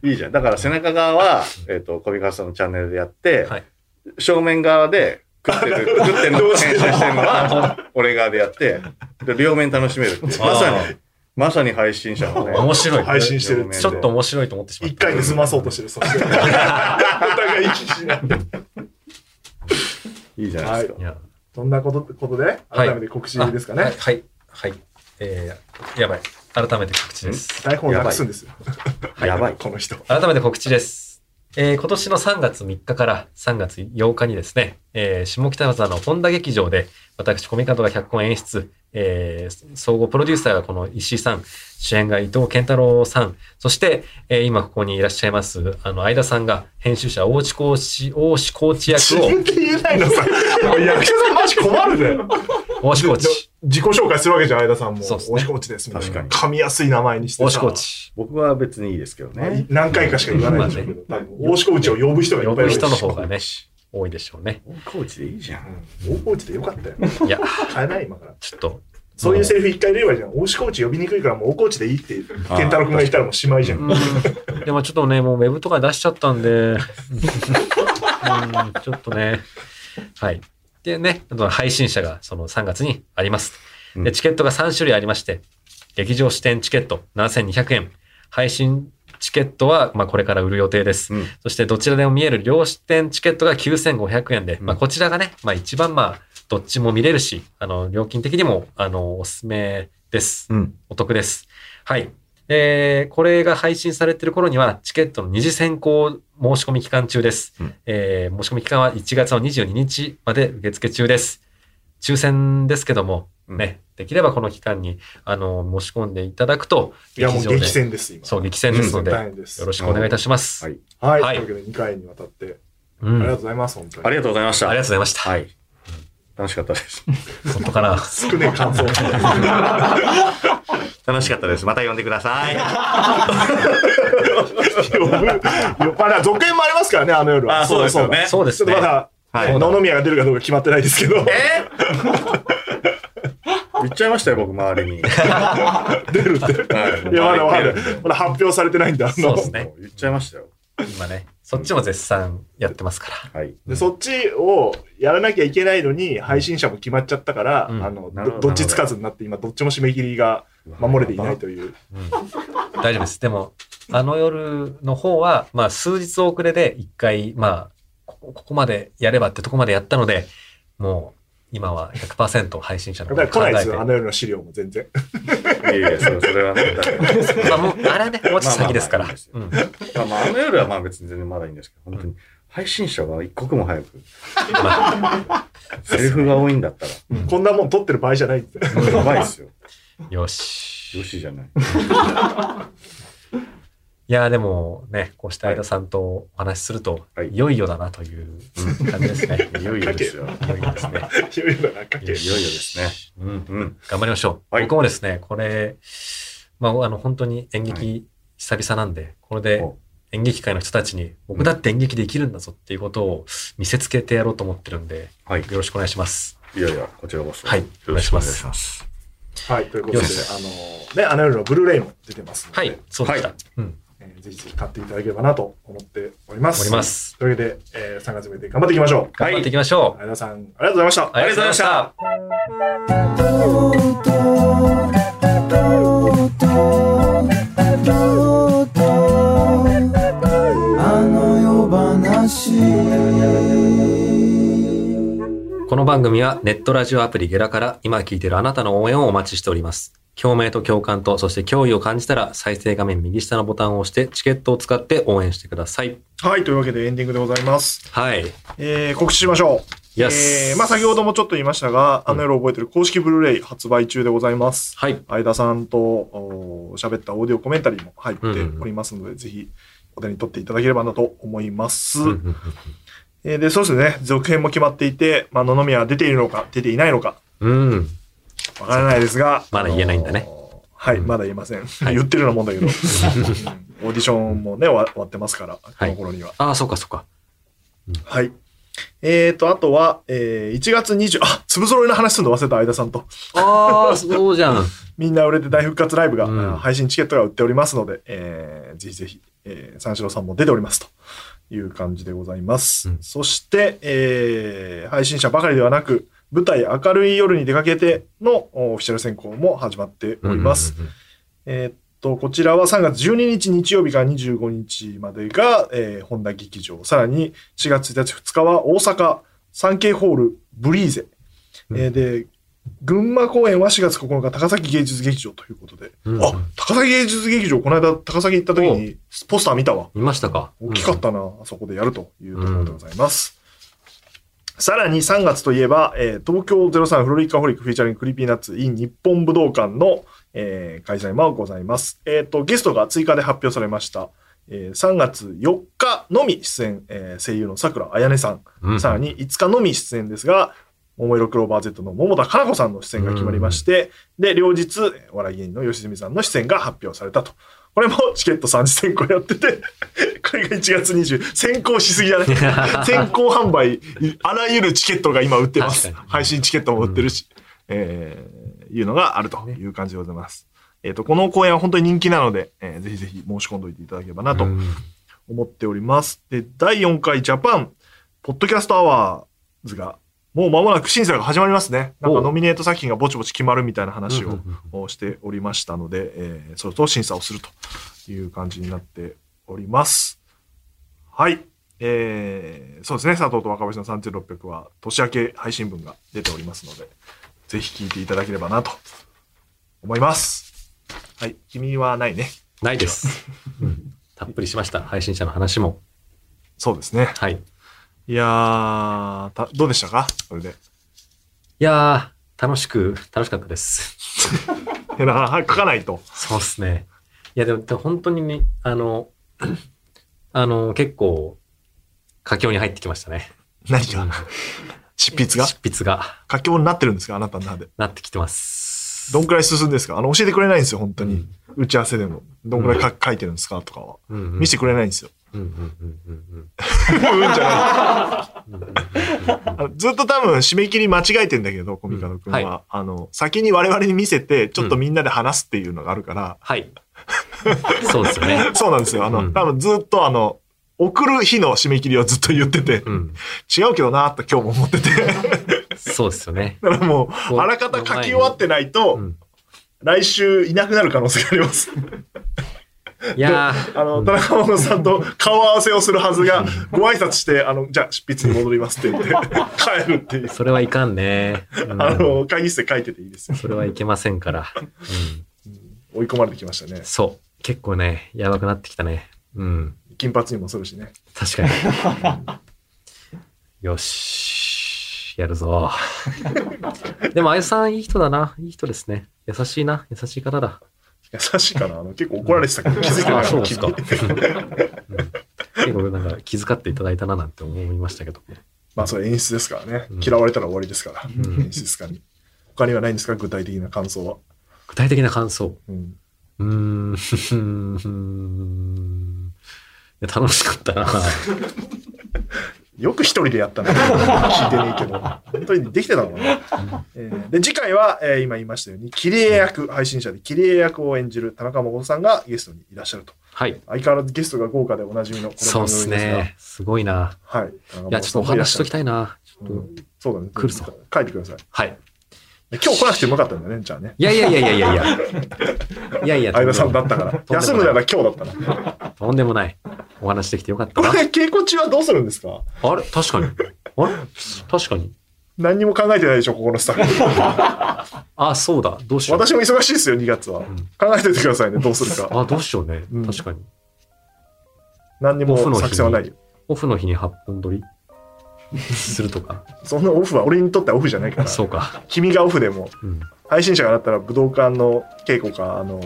いいじゃん。だから背中側は、えっ、と、小見川さんのチャンネルでやって、はい正面側で食ってる、食ってるのを編集してるのは、 俺側でやって、で両面楽しめるっていう。まさに、まさに配信者のね。面白い。配信してる両面でちょっと面白いと思ってしまっ一た。回で済まそうとしてるそしてお互い息しないいいじゃないですか。いやそんなことことで改めて告知ですかね、はい、はい。はいえーやばい。改めて告知です。台本をなくすんですよやばい。この人改めて告知です。えー今年の3月3日から3月8日にですね、えー下北沢の本田劇場で、私、コミカドが脚本演出、えー総合プロデューサーがこの石井さん、主演が伊藤健太郎さん、そして、えー今ここにいらっしゃいます、あの、相田さんが編集者、大内コーチ、大内コーチ役 自を、分で言えないのさもう役者さんマジ困るねおしこち。自己紹介するわけじゃん、相田さんも。そうっすねおしこちですみたいな。確噛みやすい名前にしてさ。おしこち。僕は別にいいですけどまあね。何回かしか言わないでしょうけど、まあ多分大しこうちを呼ぶ人がいっ呼ぱいいぶる人の方がね、多いでしょうね。大河内でいいじゃん。うん大河内でよかったよ。いや、変えない、今から。ちょっと、そういうセリフ一回出ればいいじゃん。大しこうち呼びにくいからもう大河内でいいって、健太郎君が言ったらもうしまいじゃん。うんでもちょっとね、もうウェブとかに出しちゃったんで、うんちょっとね、はい。でね、あと配信者がその3月にあります。うで、んチケットが3種類ありまして、劇場支店チケット7200円、配信チケットは、まあ、これから売る予定です。うんそしてどちらでも見える両視点チケットが9500円で、うんまあこちらがね、まあ一番まあどっちも見れるし、あの料金的にもあのおすすめです。うん。お得です。はい。えーこれが配信されてる頃には、チケットの二次選考申し込み期間中です。うんえー申し込み期間は1月の22日まで受付中です。抽選ですけども、うんね、できればこの期間に、あの、申し込んでいただくと、いや、もうで激戦です、今。そう、激戦ですので、大よ変です。ろしくお願いいたします。はい。はい、はいというわけで2回にわたって、うんありがとうございます、本当に。ありがとうございました。ありがとうございました。はい。楽しかったです。本当かな。少ねえ感 想。 楽しかったです。また呼んでくだ さい。呼ぶ よまあ、続編もありますからね、あの夜は。あそうですよねそうでちすょっとね。まだ、はいね野々宮が出るかどうか決まってないですけど、え 言っちゃいましたよ、僕、周りに。出るって。はいいや、まだまだ周りに出るんでまだ発表されてないんだ。あそうのっすねもう言っちゃいましたよ。今ね、そっちも絶賛やってますかはい。でそっちをやらなきゃいけないのに、配信者も決まっちゃったから、うんあのなるほど、どどっちつかずになって、今、どっちも締め切りが守れていないい。という。ら。大丈夫です。でも、あの夜の方は、まあ、数日遅れで一回、まあ、ここここまでやればってとこまでやったので、もう、今は100%配信者のだこかとをら来ないです考よ、あの夜の資料も全然。いやいや、そうそれはね。だからえてまあ、もう、あれはね、もうちょっと先ですからまあまあまあいいです。ようんまあまあ、あの夜はまあ別に全然まだいいんですけど、本当に配信者は一刻も早く、まあセリフが多いんだったこんなもん撮ってる場合じゃないって。ら、やばいですよ。よし。よしじゃない。いやーでもね、こうして相田さんとお話しすると、、はいいよいよだなという感じですね。いよいよですよ。いよいよですね。いろいろなかいけ。いよいよですね。うん。うん。頑張りましょう。はい僕もですね、これ、まあ、あの、本当に演は劇久々なんで、これでお演劇界の人たちに、う僕んだって演劇できるんだぞっていうことを見せつけてやろうと思ってるんで、はい。よろしくお願いします。いやいや、こちらこそ。はいよろしくお願いしお願ます。はい、ということで、よあの、ね、あの夜のブルーレイも出てますので、はい、そうでした。はいうん。えーぜひぜひ買っていただければなと思っております。おります。というわけで、えー、3月目で頑張っていきましょう。頑張っていきましょう。相田さん、ありがとうございました。ありがとうございました。あの夜話この番組はネットラジオアプリゲラから今聞いているあなたの応援をお待ちしております。共鳴と共感と、そして脅威を感じたら再生画面右下のボタンを押してチケットを使って応援してください。はい、というわけでエンディングでございます。はい。えー、告知しましょう。 Yes えーまあ先ほどもちょっと言いましたが、あの夜覚えてる公式ブルーレイ発売中でございます。はい。相田さんとお喋ったオーディオコメンタリーも入っておりますので、ぜひお手に取っていただければなと思います。うんうんうんえーで、そうですね、続編も決まっていて、まあ、野々宮は出ているのか、出ていないのか、うん。わからないですが。まだ言えないんだねあのー。はい、まだ言えません。言ってるようなもん だけど。うんオーディションもね、終わ終わってますから、この頃には。ああ、そうかそうか。はい。えーと、あとは、えー1月20、あ、粒揃いの話するの忘れた、相田さんと。ああ、そうじゃん。みんな売れて大復活ライブが、うんあー配信チケットが売っておりますので、えーぜひぜひ、えー三四郎さんも出ておりますという感じでございます。うんそして、えー配信者ばかりではなく、舞台明るい夜に出かけてのおオフィシャル選考も始まっております。うんうんうんえーっと、こちらは3月12日日曜日から25日までが、えー、本田劇場。さらに4月1日2日は大阪サンケイホールブリーゼ。えーで、群馬公演は4月9日高崎芸術劇場ということで。うんあ、高崎芸術劇場、この間高崎行った時にポスター見たわ。見ましたか大きかったな、あそこでやるというところでございます。さらに3月といえば、えー東京03フロリカホリックフィーチャリングクリーピーナッツ in 日本武道館の、えー開催もございます。えっ、と、ゲストが追加で発表されました。えー3月4日のみ出演、えー声優の桜彩音さん。うんさらに5日のみ出演ですが、桃色クローバー Z の桃田加奈子さんの出演が決まりまして、で、両日、お笑い芸人の吉住さんの出演が発表されたと。これもチケット3次選考やって て、これが1月20、先行しすぎ だね。先行販売、あらゆるチケットが今売ってます。確かに配信チケットも売ってるし、えーいうのがあるという感じでございます。えっ、と、この公演は本当に人気なので、えーぜひぜひ申し込んでおいていただければなとうん思っております。で、第4回ジャパン、ポッドキャストアワーズが、もう間もなく審査が始まりますね。なんかおうノミネート作品がぼちぼち決まるみたいな話うんうをんうんしておりましたので、えーそろそろ審査をするという感じになっております。はい。えーそうですね。佐藤と若林の3600は年明け配信分が出ておりますので、ぜひ聞いていただければなと思います。はい。君はないね。ないです。うんたっぷりしました。配信者の話も。そうですね。はい。いいやーた、どうでしたかそれで。やー、楽しく、楽しかったです。えな書かないと。そうですね。いや、でも、でも本当にね、あの、あの、結構、佳境に入ってきましたね。何が執筆が執筆が、佳境になってるんですかあなたの中で。なってきてます。どんくらい進んでるんですかあの、教えてくれないんですよ、本当に。打ち合わせでも。どんくらい書書いてるんですかとかは。うんうん見せてくれないんですよ。うんうんうんうん うんうんじゃうんうんうなんいあのずっと多分締め切り間違えてんだけど、コミカド君は、うんはあの、先に我々に見せて、ちょっとみんなで話すっていうのがあるから、 はい。そうですよね。そうなんですよ。あの、うん多分ずっとあの、送る日の締め切りをずっと言ってて、うん。違うけどなーって今日も思って て。そうですよね。だからもう、もうあらかた書き終わってないと、うん来週いなくなる可能性があります。いやー、あの、田中真帆さんと顔合わせをするはずが、ご挨拶して、あの、じゃあ執筆に戻ります って言って、帰るっていう。それはいかんね。うんあの、会議室で書いてていいですよ。それはいけませんから。うん追い込まれてきましたね。そう。結構ね、やばくなってきたね。うん。金髪にもするしね。確か に。よし。やるぞ。でも、あゆさん、いい人だな。いい人ですね。優しいな。優しい方だ。優しいかなあの、結構怒られてたけど、気づいてなあかそうっでたすか。君 うん結構、なんか、気遣っていただいたななんて思いましたけど。まあ、それ演出ですからねうん。嫌われたら終わりですから、ん演出家に。他にはないんですか具体的な感想は。具体的な感想。うん。うーん うーん。いや楽しかったな。よく一人でやったな。聞いてねえけど。本当にできてたのかな。えーで、次回は、えー今言いましたように、切り絵役、配信者で切り絵役を演じる田中誠さんがゲストにいらっしゃると。はい。相変わらずゲストが豪華でおなじみのこのそう番組でですすが。ね。すごいな。はい。田中いや、ちょっと誠さんおもら話しゃとるきたいな。ちょっとうんそうだね。来るぞ書いてください。はい。今日来なくてもよかったんだね、じゃあね。いやいやいやいやいやいや。いやい や、相田さんだったから。とんで休もむないなら今日だったな。とんでもない。お話できてよかったこな。れ、稽古中はどうするんですかあれ確かに。あれ確かに。何にも考えてないでしょ、ここのスタッ フ。あ、そうだ。どうしよう。私も忙しいですよ、2月は。ん考えておいてくださいね、どうするか。あ、どうしようねうん。確かに。何にも作戦はないよ。オフの日に8本撮りするとか。そんなオフは、俺にとってはオフじゃないから。そうか。君がオフでも、うん。配信者がなったら武道館の稽古か、あの、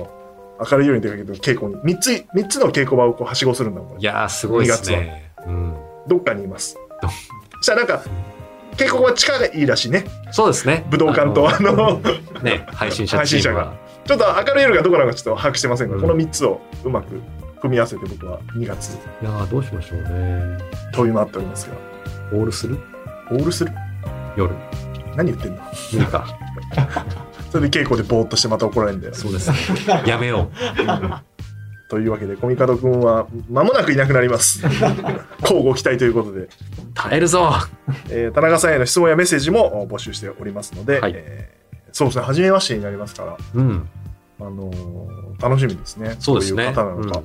明るいように出かけてる稽古に、3つ、三つの稽古場をこうはしごするんだもんい。やー、すごいですね。うん。どっかにいますど。そしたらなんか、稽古場地下がいいらしいね。そうですね。武道館と、あの、あのね、配信者チームが。ちょっと明るい夜がどこなのかちょっと把握してませんが、うんこの3つをうまく組み合わせて僕は2月いやー、どうしましょうね。飛び回っておりますが、オールするオールする夜。何言ってんの無理か。それで稽古でぼーっとしてまた怒られるんだよ。 そうですね。 やめよう。というわけで、コミカド君は間もなくいなくなり ます。乞うご期待ということで。耐えるぞ。えー田中さんへの質問やメッセージもお募集しておりますので、はいえーそうですね、初めましてになりますから、うん。あのー楽しみですね。そうですどいね。方なのか、うん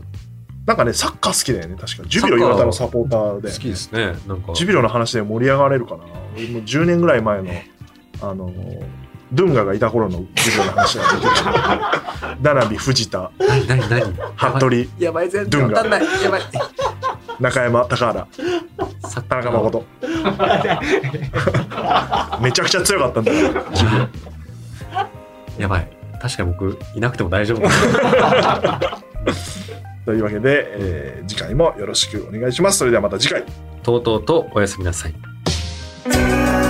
なんかね、サッカー好きだよね、確か。ジュビロ磐田のサポーターで。好きですね。なんか。ジュビロの話で盛り上がれるかな。俺も10年ぐらい前の、あのードゥンガがいた頃のジュビロの話だ ねダナビ、藤田、何何何服部、やばい全然わかんないやば い中山、高原、サッ田中誠。 めちゃくちゃ強かったんだよ。 やばい確かに僕いなくても大丈夫というわけで、えー次回もよろしくお願いします。それではまた次回。とうとうとおやすみなさい「